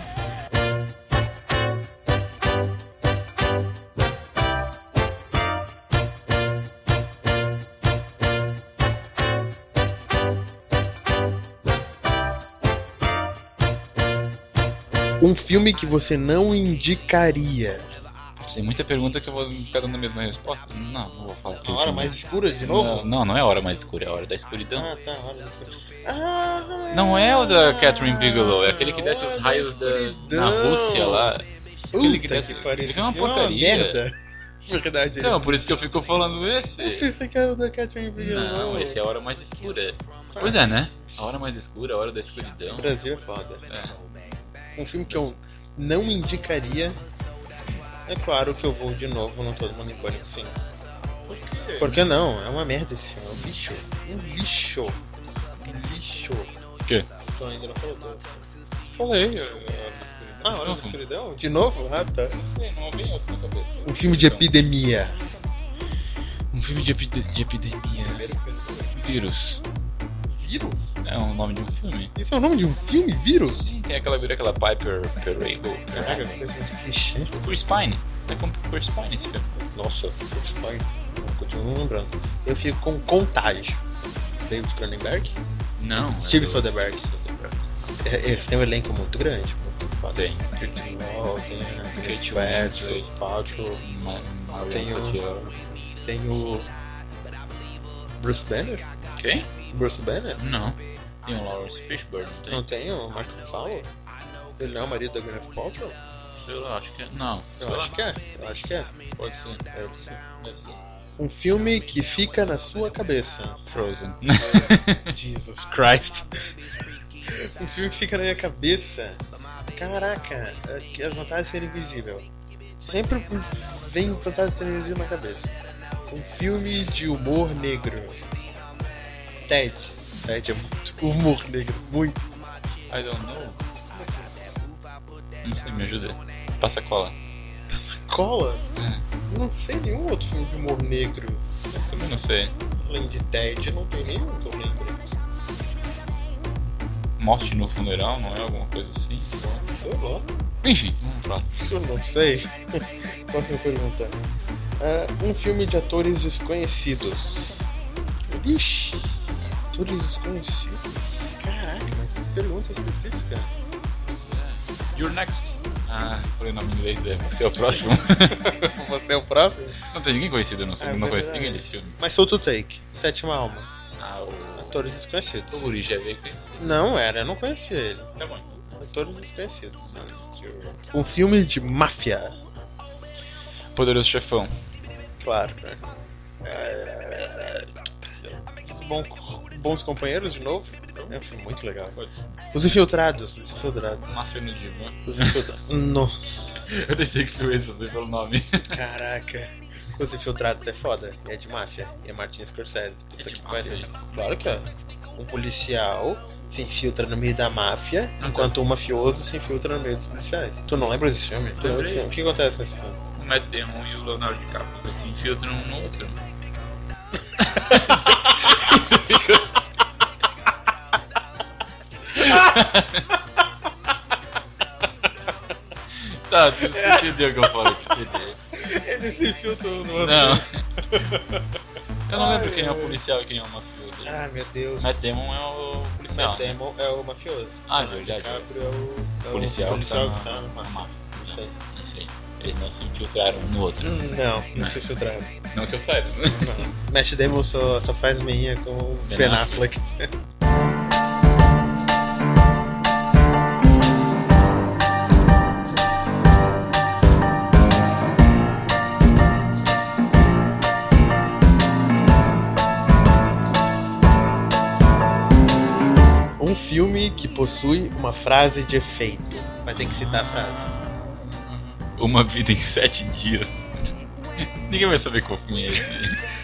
Speaker 1: Um filme que você não indicaria.
Speaker 2: Tem muita pergunta que eu vou ficar dando a mesma resposta. Não, não vou falar.
Speaker 1: A hora mais escura de novo?
Speaker 2: Não, não, não é a hora mais escura, é a hora da escuridão.
Speaker 1: Ah, tá, a hora mais escura. Ah,
Speaker 2: Não é o da Catherine Bigelow, é aquele que desce os raios da, na
Speaker 1: Não.
Speaker 2: Rússia lá. Aquele que
Speaker 1: Puta
Speaker 2: desce.
Speaker 1: que pariu.
Speaker 2: Ele é uma
Speaker 1: Esse filme
Speaker 2: porcaria.
Speaker 1: merda. (laughs) Verdade.
Speaker 2: Então, por isso que eu fico falando
Speaker 1: Eu
Speaker 2: esse.
Speaker 1: pensei que era o da Catherine Bigelow.
Speaker 2: Não, esse é a hora mais escura. Pois é, né? A hora mais escura, a hora da escuridão.
Speaker 1: O Brasil é foda.
Speaker 2: É.
Speaker 1: Um filme que eu não indicaria. É claro que eu vou de novo no Todo Mundo em Pânico, sim. Por que não? É uma merda esse filme. É um lixo. Um lixo. Um lixo.
Speaker 2: O quê?
Speaker 1: Tu ainda não falou é, do-
Speaker 2: Falei.
Speaker 1: Ah, Hora da Escuridão? De novo? Ah, tá.
Speaker 2: sei, não ouvi outro na cabeça.
Speaker 1: Um filme
Speaker 2: Então.
Speaker 1: de epidemia.
Speaker 2: Um filme de, epi- de epidemia. Vírus.
Speaker 1: Vírus?
Speaker 2: É o nome de um filme.
Speaker 1: Isso é o nome de um filme? Vírus?
Speaker 2: Sim, tem aquela vira aquela Piper Perego.
Speaker 1: Caraca, que coisa mais clichê.
Speaker 2: O Chris Pine. É como o Chris Pine esse filme.
Speaker 1: Nossa, Spotify. Continuo não lembrando. Eu fico com Contágio. David Cronenberg.
Speaker 2: Não. é
Speaker 1: Steve
Speaker 2: do-
Speaker 1: Soderbergh. É, Eles têm um elenco muito grande. pô.
Speaker 2: Tem.
Speaker 1: Tem o- tem a Kate
Speaker 2: Kate
Speaker 1: Westwood,
Speaker 2: Winslet.
Speaker 1: Paltrow,
Speaker 2: Ma- Marion
Speaker 1: Tem o-
Speaker 2: Cotillard.
Speaker 1: tem o Bruce Banner?
Speaker 2: Quem?
Speaker 1: Bruce Banner?
Speaker 2: Não. Tem o Lawrence Fishburne. Tem.
Speaker 1: Não tem o Mark Ruffalo? Ele não é o marido da Gwyneth Paltrow?
Speaker 2: Sei lá, acho que é. Não.
Speaker 1: Eu acho que é, eu acho que é.
Speaker 2: Pode ser.
Speaker 1: Deve ser.
Speaker 2: Deve ser.
Speaker 1: Um filme que fica na sua cabeça.
Speaker 2: Frozen.
Speaker 1: (laughs) Jesus Christ. Um filme que fica na minha cabeça. Caraca, é que as vantagens de ser invisível. Sempre vem vantagens de ser invisível na cabeça. Um filme de humor negro. Ted. Ted é muito humor negro, muito.
Speaker 2: (laughs) I don't know. Não sei, me ajuda. Passa cola.
Speaker 1: Cola? Não sei nenhum outro filme de humor negro.
Speaker 2: Também não sei.
Speaker 1: Além de Ted, não tem nenhum que eu lembre.
Speaker 2: Morte no funeral, não é alguma coisa assim?
Speaker 1: Eu gosto.
Speaker 2: Enfim, vamos pro próximo.
Speaker 1: Eu não sei. (laughs) Próxima pergunta. Ah, um filme de atores desconhecidos. Vixe, atores desconhecidos? Caraca, mas que pergunta específica.
Speaker 2: You're next. Ah, falei nome em inglês, é. Você é o
Speaker 1: (laughs)
Speaker 2: próximo.
Speaker 1: (laughs) Você é o próximo?
Speaker 2: não tem ninguém conhecido, eu não sei.
Speaker 1: É
Speaker 2: não conheço
Speaker 1: verdade.
Speaker 2: ninguém desse filme.
Speaker 1: Mas Soul to Take, Sétima Alma.
Speaker 2: Ah, o.
Speaker 1: Atores desconhecidos.
Speaker 2: O Guri já veio conhecer.
Speaker 1: Não era, eu não conhecia ele.
Speaker 2: Tá bom.
Speaker 1: Atores desconhecidos. Um filme de máfia.
Speaker 2: Poderoso Chefão.
Speaker 1: Claro, né? Ah, Bom, bons companheiros de novo. É um filme muito legal.
Speaker 2: Pode ser.
Speaker 1: Os infiltrados. Os infiltrados.
Speaker 2: Máfia no Divã.
Speaker 1: Os infiltrados. (laughs) Nossa,
Speaker 2: Eu pensei que foi esse, você pelo nome.
Speaker 1: caraca. Os infiltrados é foda. É de máfia. E é Martin Scorsese.
Speaker 2: É
Speaker 1: Puta
Speaker 2: de
Speaker 1: que
Speaker 2: máfia,
Speaker 1: pariu.
Speaker 2: gente.
Speaker 1: Claro que é. Um policial se infiltra no meio da máfia,
Speaker 2: Uhum.
Speaker 1: enquanto um mafioso se infiltra no meio dos policiais. Tu não lembra desse filme? Tu lembra desse filme? O que acontece nesse filme?
Speaker 2: (laughs) O Matt Damon é um e o Leonardo DiCaprio se infiltram um no outro. Isso fica assim. tá, tu, tu entendeu o que eu falei, tu entendeu.
Speaker 1: Ele se infiltra no
Speaker 2: Não. Eu não lembro quem é o policial e quem é o mafioso.
Speaker 1: Ah, meu Deus.
Speaker 2: Matt Damon é o policial.
Speaker 1: Matt
Speaker 2: né?
Speaker 1: Damon é o mafioso.
Speaker 2: Ah, é verdade.
Speaker 1: DiCaprio é o, é o
Speaker 2: Policial,
Speaker 1: policial
Speaker 2: tá
Speaker 1: que tá
Speaker 2: na-
Speaker 1: na
Speaker 2: na
Speaker 1: máfia.
Speaker 2: máfia.
Speaker 1: Não sei.
Speaker 2: Não sei. Eles não se infiltraram um no outro.
Speaker 1: Não, não se infiltraram.
Speaker 2: Não que eu saiba.
Speaker 1: Mesh Damon só, só faz meinha com o
Speaker 2: Ben
Speaker 1: Ben Affleck. (laughs) Um filme que possui uma frase de efeito. Mas tem que citar a frase.
Speaker 2: (laughs) Uma vida em sete dias. (laughs) Ninguém vai saber qual filme é esse. (laughs)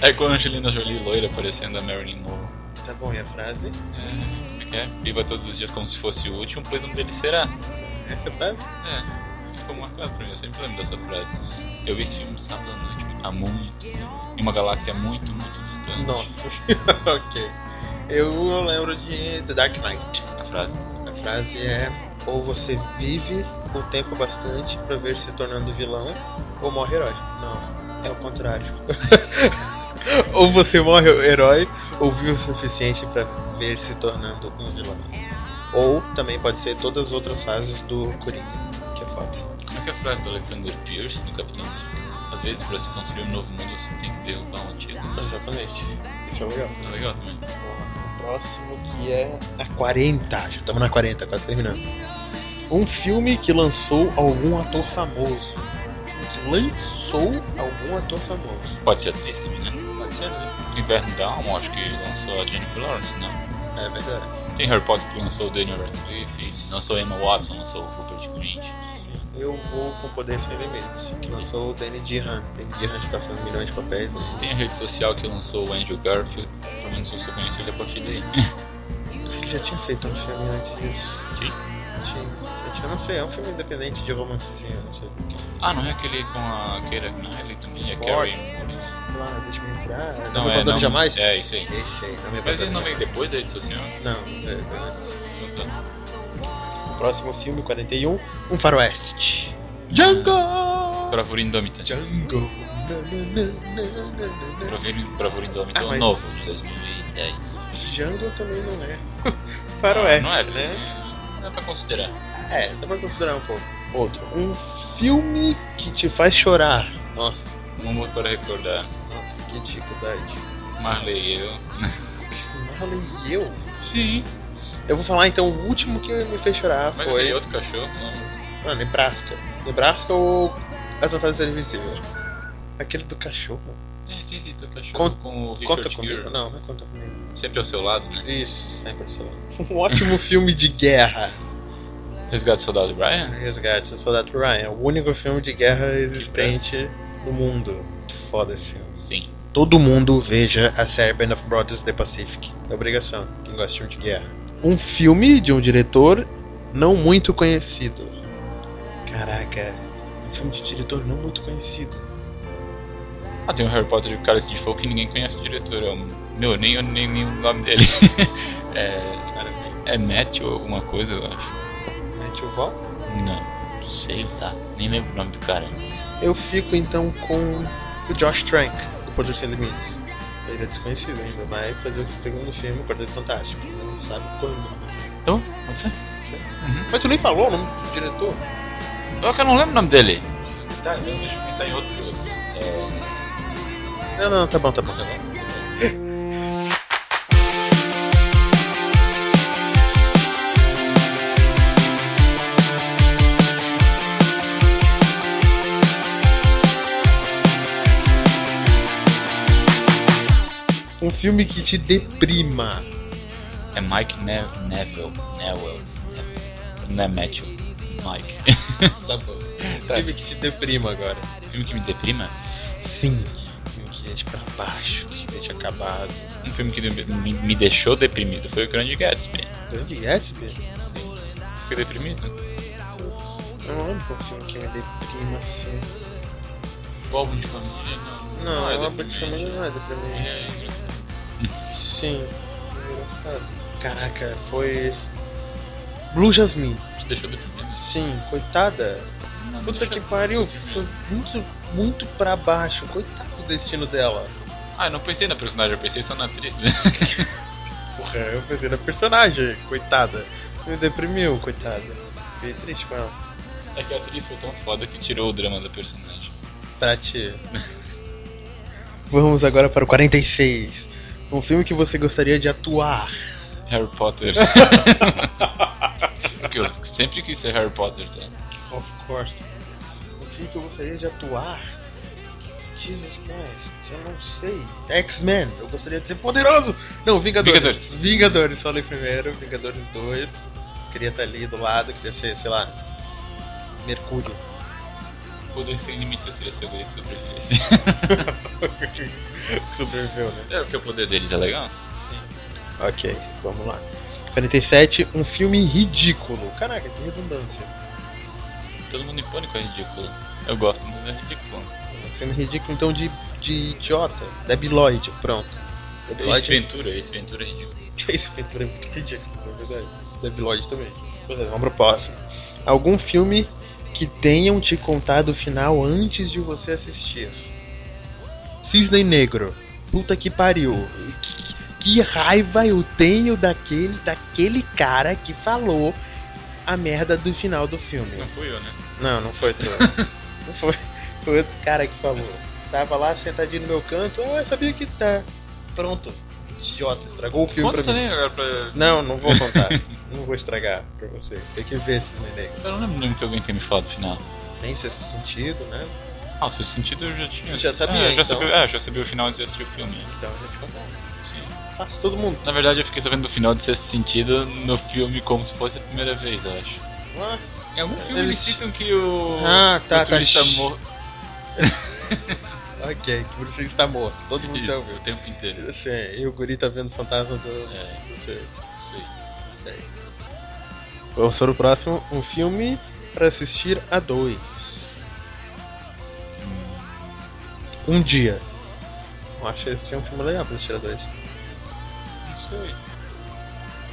Speaker 2: É com a Angelina Jolie loira parecendo a Marilyn Monroe.
Speaker 1: Tá bom, e a frase?
Speaker 2: Como é que é? Viva todos os dias como se fosse o último, pois um deles será.
Speaker 1: Essa frase?
Speaker 2: É, ficou marcado pra mim, eu sempre lembro dessa frase. Eu vi esse filme sábado à noite, há muito. Em uma galáxia muito, muito distante.
Speaker 1: Nossa senhora, (laughs) ok. Eu lembro de The Dark Knight.
Speaker 2: A frase.
Speaker 1: A frase é: ou você vive o tempo bastante pra ver se tornando vilão, ou morre herói. Não, é o contrário. (laughs) ou você morre herói, ou vive o suficiente pra ver se tornando um vilão. Ou também pode ser todas as outras fases do Coringa, que é foda.
Speaker 2: Como é que é a frase do Alexander Pierce, do Capitão América? Às vezes, pra se construir um novo mundo, você tem que derrubar um título.
Speaker 1: Exatamente. Isso é legal.
Speaker 2: Tá legal também.
Speaker 1: O próximo que é a 40. Acho que estamos na 40, quase terminando. Um filme que lançou algum ator famoso. Que lançou algum ator famoso.
Speaker 2: Pode ser atriz também, né? Pode ser. Inverno Down, acho que lançou a Jennifer Lawrence, né?
Speaker 1: É verdade.
Speaker 2: Tem Harry Potter que lançou o Daniel Radcliffe, lançou Emma Watson, lançou o Rupert Grint.
Speaker 1: Eu vou com Poder Sem Limites, que lançou o Danny Dehan. Danny Dehan está fazendo milhões de papéis. Né?
Speaker 2: Tem a rede social que lançou o Andrew Garfield, pelo menos eu só conheço ele é a partir daí.
Speaker 1: Ele já tinha feito um filme antes disso.
Speaker 2: Sim.
Speaker 1: Tinha. Já tinha, não sei, é um filme independente de romancezinho, não sei.
Speaker 2: (laughs) Ah, não é aquele com a Keira Knightley também, a
Speaker 1: Ford. É
Speaker 2: Carrie.
Speaker 1: Lá, deixa eu entrar. Não,
Speaker 2: Não,
Speaker 1: me
Speaker 2: é,
Speaker 1: abandone
Speaker 2: não,
Speaker 1: jamais?
Speaker 2: é isso aí.
Speaker 1: Esse aí, não me
Speaker 2: Mas ele
Speaker 1: abandone
Speaker 2: não veio
Speaker 1: jamais.
Speaker 2: é depois da rede social?
Speaker 1: Não, é, é.
Speaker 2: Não tá.
Speaker 1: Próximo filme, 41, Um Faroeste. Django!
Speaker 2: Bravura Indômita.
Speaker 1: Django.
Speaker 2: Bravura, Bravura Indômita
Speaker 1: Ah,
Speaker 2: é o
Speaker 1: mas-
Speaker 2: novo, de 2010.
Speaker 1: Django também não é. (laughs) Faroeste,
Speaker 2: não é,
Speaker 1: né?
Speaker 2: Dá pra considerar.
Speaker 1: É, dá pra considerar um pouco. Outro. Um filme que te faz chorar. Nossa,
Speaker 2: Vamos para recordar.
Speaker 1: nossa, que dificuldade.
Speaker 2: Marley e eu.
Speaker 1: Marlon e eu?
Speaker 2: Sim.
Speaker 1: Eu vou falar então o último que me fez chorar
Speaker 2: Mas
Speaker 1: foi.
Speaker 2: aquele outro cachorro, não.
Speaker 1: Ah, Nebraska. Nebraska ou As Vantagens da Vida Invisível? Aquele do cachorro.
Speaker 2: É aquele outro cachorro
Speaker 1: Conta-
Speaker 2: com o Richard
Speaker 1: Conta comigo?
Speaker 2: Gere.
Speaker 1: Não, não conta comigo.
Speaker 2: Sempre ao seu lado, né?
Speaker 1: Isso, sempre sou. Um ótimo (laughs) filme de guerra.
Speaker 2: Resgate do Soldado Brian?
Speaker 1: Resgate do Soldado Ryan. É o único filme de guerra existente no mundo. Muito Foda esse filme.
Speaker 2: Sim.
Speaker 1: Todo mundo veja a série Band of Brothers The Pacific. É obrigação, quem gosta de filme de guerra. Um filme de um diretor não muito conhecido. Caraca, um filme de diretor não muito conhecido.
Speaker 2: Ah, tem o Harry Potter e o Cálice de Fogo que ninguém conhece o diretor. É um... Meu, nem, nem, nem o nome dele. (laughs) é... É Matt ou alguma coisa, eu acho.
Speaker 1: Matthew Vaughn?
Speaker 2: Não. Não sei, tá. Nem lembro o nome do cara.
Speaker 1: Eu fico então com o Josh Trank, do Poder Sem Limites. Ele é desconhecido ainda, vai fazer o segundo filme, Quarteto Fantástico. Não sabe quando. mas-
Speaker 2: Então, pode ser.
Speaker 1: Mas tu nem falou o nome do diretor?
Speaker 2: Só que eu não lembro o nome dele. Tá, eu deixa eu pensar em outro. É...
Speaker 1: Não, não, tá bom, tá bom, tá bom. Um filme que te deprima.
Speaker 2: É Mike ne Neville. Newell. Neville. Não é Matthew. Mike. (laughs)
Speaker 1: Tá bom. Um
Speaker 2: Tá.
Speaker 1: filme que te deprima agora.
Speaker 2: filme que me deprima?
Speaker 1: Sim. Um filme que te deixa pra baixo, que te deixa acabado.
Speaker 2: Um filme que me, me- me deixou deprimido foi o Grande Gatsby.
Speaker 1: Grande é Gatsby?
Speaker 2: Fiquei deprimido.
Speaker 1: Não é um filme que me deprima assim.
Speaker 2: O álbum de família não.
Speaker 1: Não, é uma
Speaker 2: deprimente.
Speaker 1: praticamente não é deprimente. É. Sim. Engraçado. Caraca, foi. Blue Jasmine.
Speaker 2: Te deixou deprimido?
Speaker 1: Sim, coitada. Puta que pariu, ficou muito, muito pra baixo. Coitado do destino dela.
Speaker 2: Ah, eu não pensei na personagem, eu pensei só na atriz. né? (laughs)
Speaker 1: Porra, eu pensei na personagem, coitada. Me deprimiu, coitada. Fiquei triste com ela.
Speaker 2: É que a atriz foi tão foda que tirou o drama da personagem.
Speaker 1: Tati. (laughs) Vamos agora para o 46. Um filme que você gostaria de atuar.
Speaker 2: Harry
Speaker 1: (laughs)
Speaker 2: Potter. Porque eu sempre quis ser Harry Potter, tá?
Speaker 1: Of course. Um filme que eu gostaria de atuar. Jesus Christ, eu não sei. X-Men, eu gostaria de ser poderoso. Não, Vingadores.
Speaker 2: Vingadores.
Speaker 1: Vingadores, falei primeiro, Vingadores 2. Queria estar ali do lado, queria ser, sei lá, Mercúrio.
Speaker 2: Poder sem limites, eu queria ser o guri que sobrevivesse.
Speaker 1: (laughs) Sobreviveu, né?
Speaker 2: (laughs) é porque o poder deles é legal.
Speaker 1: Ok, vamos lá. 47, um filme ridículo. Caraca, que redundância.
Speaker 2: Todo mundo em pânico é ridículo. Eu gosto, mas é ridículo.
Speaker 1: Um filme ridículo, então, de, de idiota. Debiloid, pronto.
Speaker 2: Ace Ventura, Ace Ventura é ridículo.
Speaker 1: (laughs) Esse Ventura é muito ridículo, na verdade. Deve Lloyd também. Pois é, vamos pro próximo. Algum filme que tenham te contado o final antes de você assistir. Cisne Negro. Puta que pariu. Que, que raiva eu tenho daquele, daquele cara que falou a merda do final do filme.
Speaker 2: Não fui eu, né?
Speaker 1: Não, não
Speaker 2: (laughs)
Speaker 1: foi tu. não foi. Foi outro cara que falou. Tava lá sentadinho no meu canto, ah, eu sabia que tá. Pronto. Idiota, estragou o filme
Speaker 2: Conta
Speaker 1: pra mim.
Speaker 2: também agora pra...
Speaker 1: Não, não vou contar. (laughs) não vou estragar pra você. Tem que ver esse neném.
Speaker 2: Eu não lembro o nome que alguém tenha me falado no final.
Speaker 1: Tem sexto sentido, né?
Speaker 2: Ah, o seu sentido eu já tinha.
Speaker 1: Tu já sabia,
Speaker 2: Ah, eu já
Speaker 1: então.
Speaker 2: sabia, ah, eu já sabia o final antes de assistir o filme.
Speaker 1: Então eu já te contei.
Speaker 2: Sim.
Speaker 1: Faço todo mundo.
Speaker 2: Na verdade, eu fiquei sabendo do final de sexto sentido no filme como se fosse a primeira vez, eu acho.
Speaker 1: Ah,
Speaker 2: Em algum filme
Speaker 1: Eles-
Speaker 2: eles citam que o.
Speaker 1: Ah, tá,
Speaker 2: o turista
Speaker 1: tá.
Speaker 2: morto.
Speaker 1: ok, que você está morto. Todo mundo
Speaker 2: Isso,
Speaker 1: já ouviu.
Speaker 2: o tempo inteiro.
Speaker 1: Assim, e o guri tá vendo o fantasma do...
Speaker 2: É.
Speaker 1: do seu-
Speaker 2: Isso aí.
Speaker 1: Vamos para o próximo. Um filme pra assistir a dois.
Speaker 2: Hum.
Speaker 1: Um dia. Eu acho que esse é um filme legal pra assistir a dois.
Speaker 2: Não sei.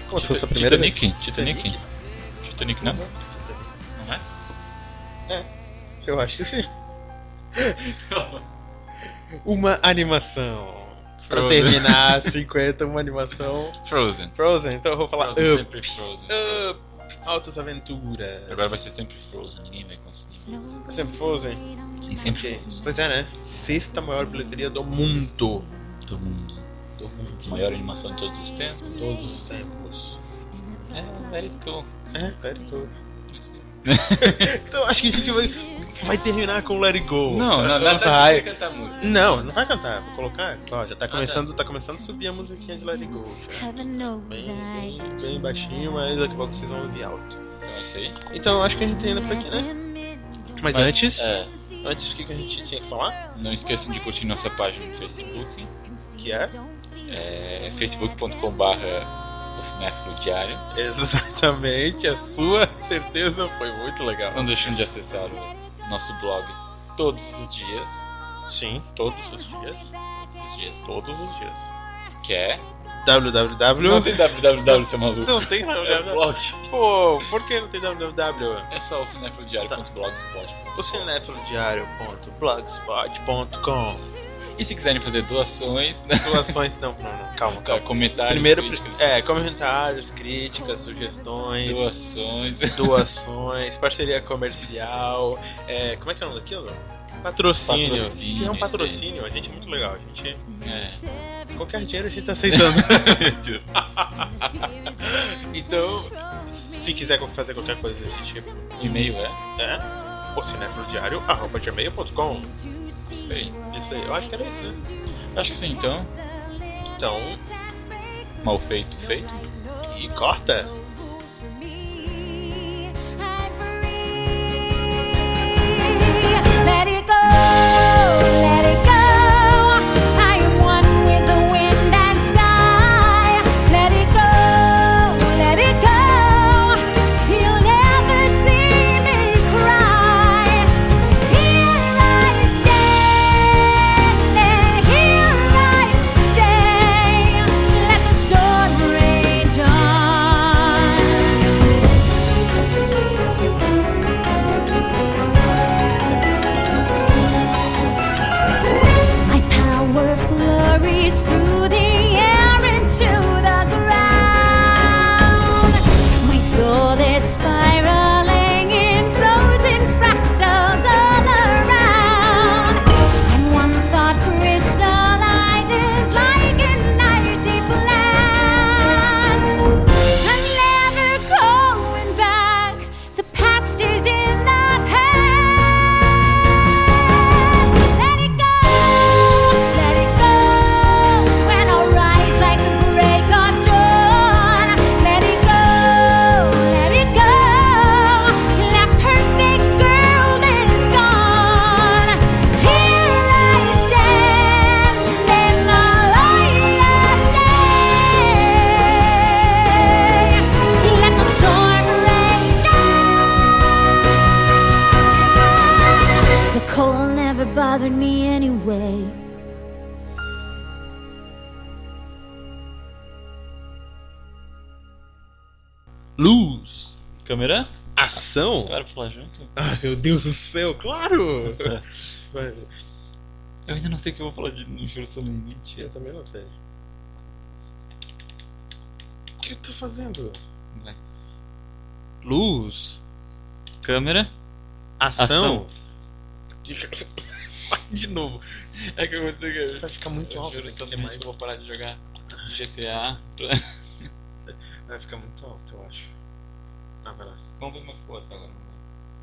Speaker 1: Como se fosse a
Speaker 2: Tita-
Speaker 1: primeira
Speaker 2: Titanic?
Speaker 1: vez.
Speaker 2: Titanic? Titanic não? Não é?
Speaker 1: Eu acho que sim. Uma animação. Pra
Speaker 2: Frozen.
Speaker 1: terminar 50, uma animação.
Speaker 2: Frozen.
Speaker 1: Frozen, então eu vou falar
Speaker 2: Frozen,
Speaker 1: Up.
Speaker 2: sempre Frozen.
Speaker 1: Up. Altas Aventuras.
Speaker 2: Agora vai ser sempre Frozen, ninguém vai conseguir.
Speaker 1: Sempre Frozen?
Speaker 2: Sim, sempre
Speaker 1: Ok.
Speaker 2: Frozen.
Speaker 1: Pois é, né? Sexta maior bilheteria do mundo.
Speaker 2: Do mundo.
Speaker 1: Do mundo.
Speaker 2: Maior animação de todos os tempos.
Speaker 1: Todos os tempos.
Speaker 2: É, very cool.
Speaker 1: É, very
Speaker 2: (laughs)
Speaker 1: good. Então acho que a gente vai, vai terminar com Let It Go.
Speaker 2: Não, não, não
Speaker 1: vai.
Speaker 2: vai cantar música.
Speaker 1: Não, não vai cantar, vou colocar. Ó,
Speaker 2: Ah,
Speaker 1: já tá começando, tá começando a subir a musiquinha de Let It Go. já.
Speaker 3: Heaven
Speaker 1: Bem,
Speaker 3: knows I
Speaker 1: bem, bem baixinho, mas daqui a pouco vocês vão ouvir alto.
Speaker 2: Então é isso aí.
Speaker 1: Então acho que a gente termina por aqui, né? Mas, antes,
Speaker 2: É,
Speaker 1: antes o que que a gente tinha que falar?
Speaker 2: não esqueçam de curtir nossa página no Facebook.
Speaker 1: Que é?
Speaker 2: É facebook.com.br o Cinéfilo Diário.
Speaker 1: Exatamente, a sua (laughs) certeza foi muito legal.
Speaker 2: Não deixem de acessar o nosso blog todos os dias.
Speaker 1: Sim, todos os dias.
Speaker 2: Todos os dias.
Speaker 1: Todos os dias.
Speaker 2: Que é...
Speaker 1: www.
Speaker 2: Não tem www, seu maluco.
Speaker 1: Não (laughs) tem
Speaker 2: É
Speaker 1: www.
Speaker 2: blog.
Speaker 1: Pô, por que não tem www?
Speaker 2: É só o cinefilodiário.blogspot.com
Speaker 1: O cinefilodiário.blogspot.com
Speaker 2: E se quiserem fazer doações, né?
Speaker 1: Doações, não, não, não, calma,
Speaker 2: Tá,
Speaker 1: calma.
Speaker 2: comentários,
Speaker 1: Primeiro,
Speaker 2: críticas,
Speaker 1: é, comentários, críticas, sugestões,
Speaker 2: doações, É.
Speaker 1: doações, parceria comercial, é, como é que é o nome daquilo? Patrocínio.
Speaker 2: Patrocínio,
Speaker 1: Que é um
Speaker 2: isso aí.
Speaker 1: patrocínio, a gente é muito legal, a gente...
Speaker 2: é,
Speaker 1: Qualquer dinheiro a gente tá aceitando. então, se quiser fazer qualquer coisa, a gente
Speaker 2: e-mail, é,
Speaker 1: é o cinefilodiário.gmail.com
Speaker 2: isso aí.
Speaker 1: Isso aí, eu acho que era isso, né?
Speaker 2: Acho que sim, então,
Speaker 1: Então,
Speaker 2: mal feito, feito.
Speaker 1: e corta!
Speaker 3: Let it go, let it go. I am one with the wind and sky. Let it go, let it go. You'll never see me cry. Here I stand, here I stay. Let the storm rage on. My power flurries through the air into the ground. My soul is spiraling in frozen fractals all around. And one thought crystallizes like an icy blast. I'm never going back. The past is in the past. Let it go. Coal never bothered me anyway.
Speaker 2: Luz. Câmera?
Speaker 1: Ação?
Speaker 2: Agora pra falar junto?
Speaker 1: Ah, meu Deus do céu, claro! (laughs) Mas
Speaker 2: Eu ainda não sei o que eu vou falar de Juro Solenemente.
Speaker 1: eu também não sei. O que eu tô fazendo?
Speaker 2: Vai. Luz. Câmera.
Speaker 1: Ação? (laughs) De novo.
Speaker 2: É que eu gostei que
Speaker 1: Vai ficar muito alto.
Speaker 2: Juro
Speaker 1: né, que
Speaker 2: Solenemente, eu
Speaker 1: demais.
Speaker 2: vou parar de jogar GTA.
Speaker 1: Vai ficar muito alto, eu acho. Ah, vai lá.
Speaker 2: Vamos ver como é que ficou até agora.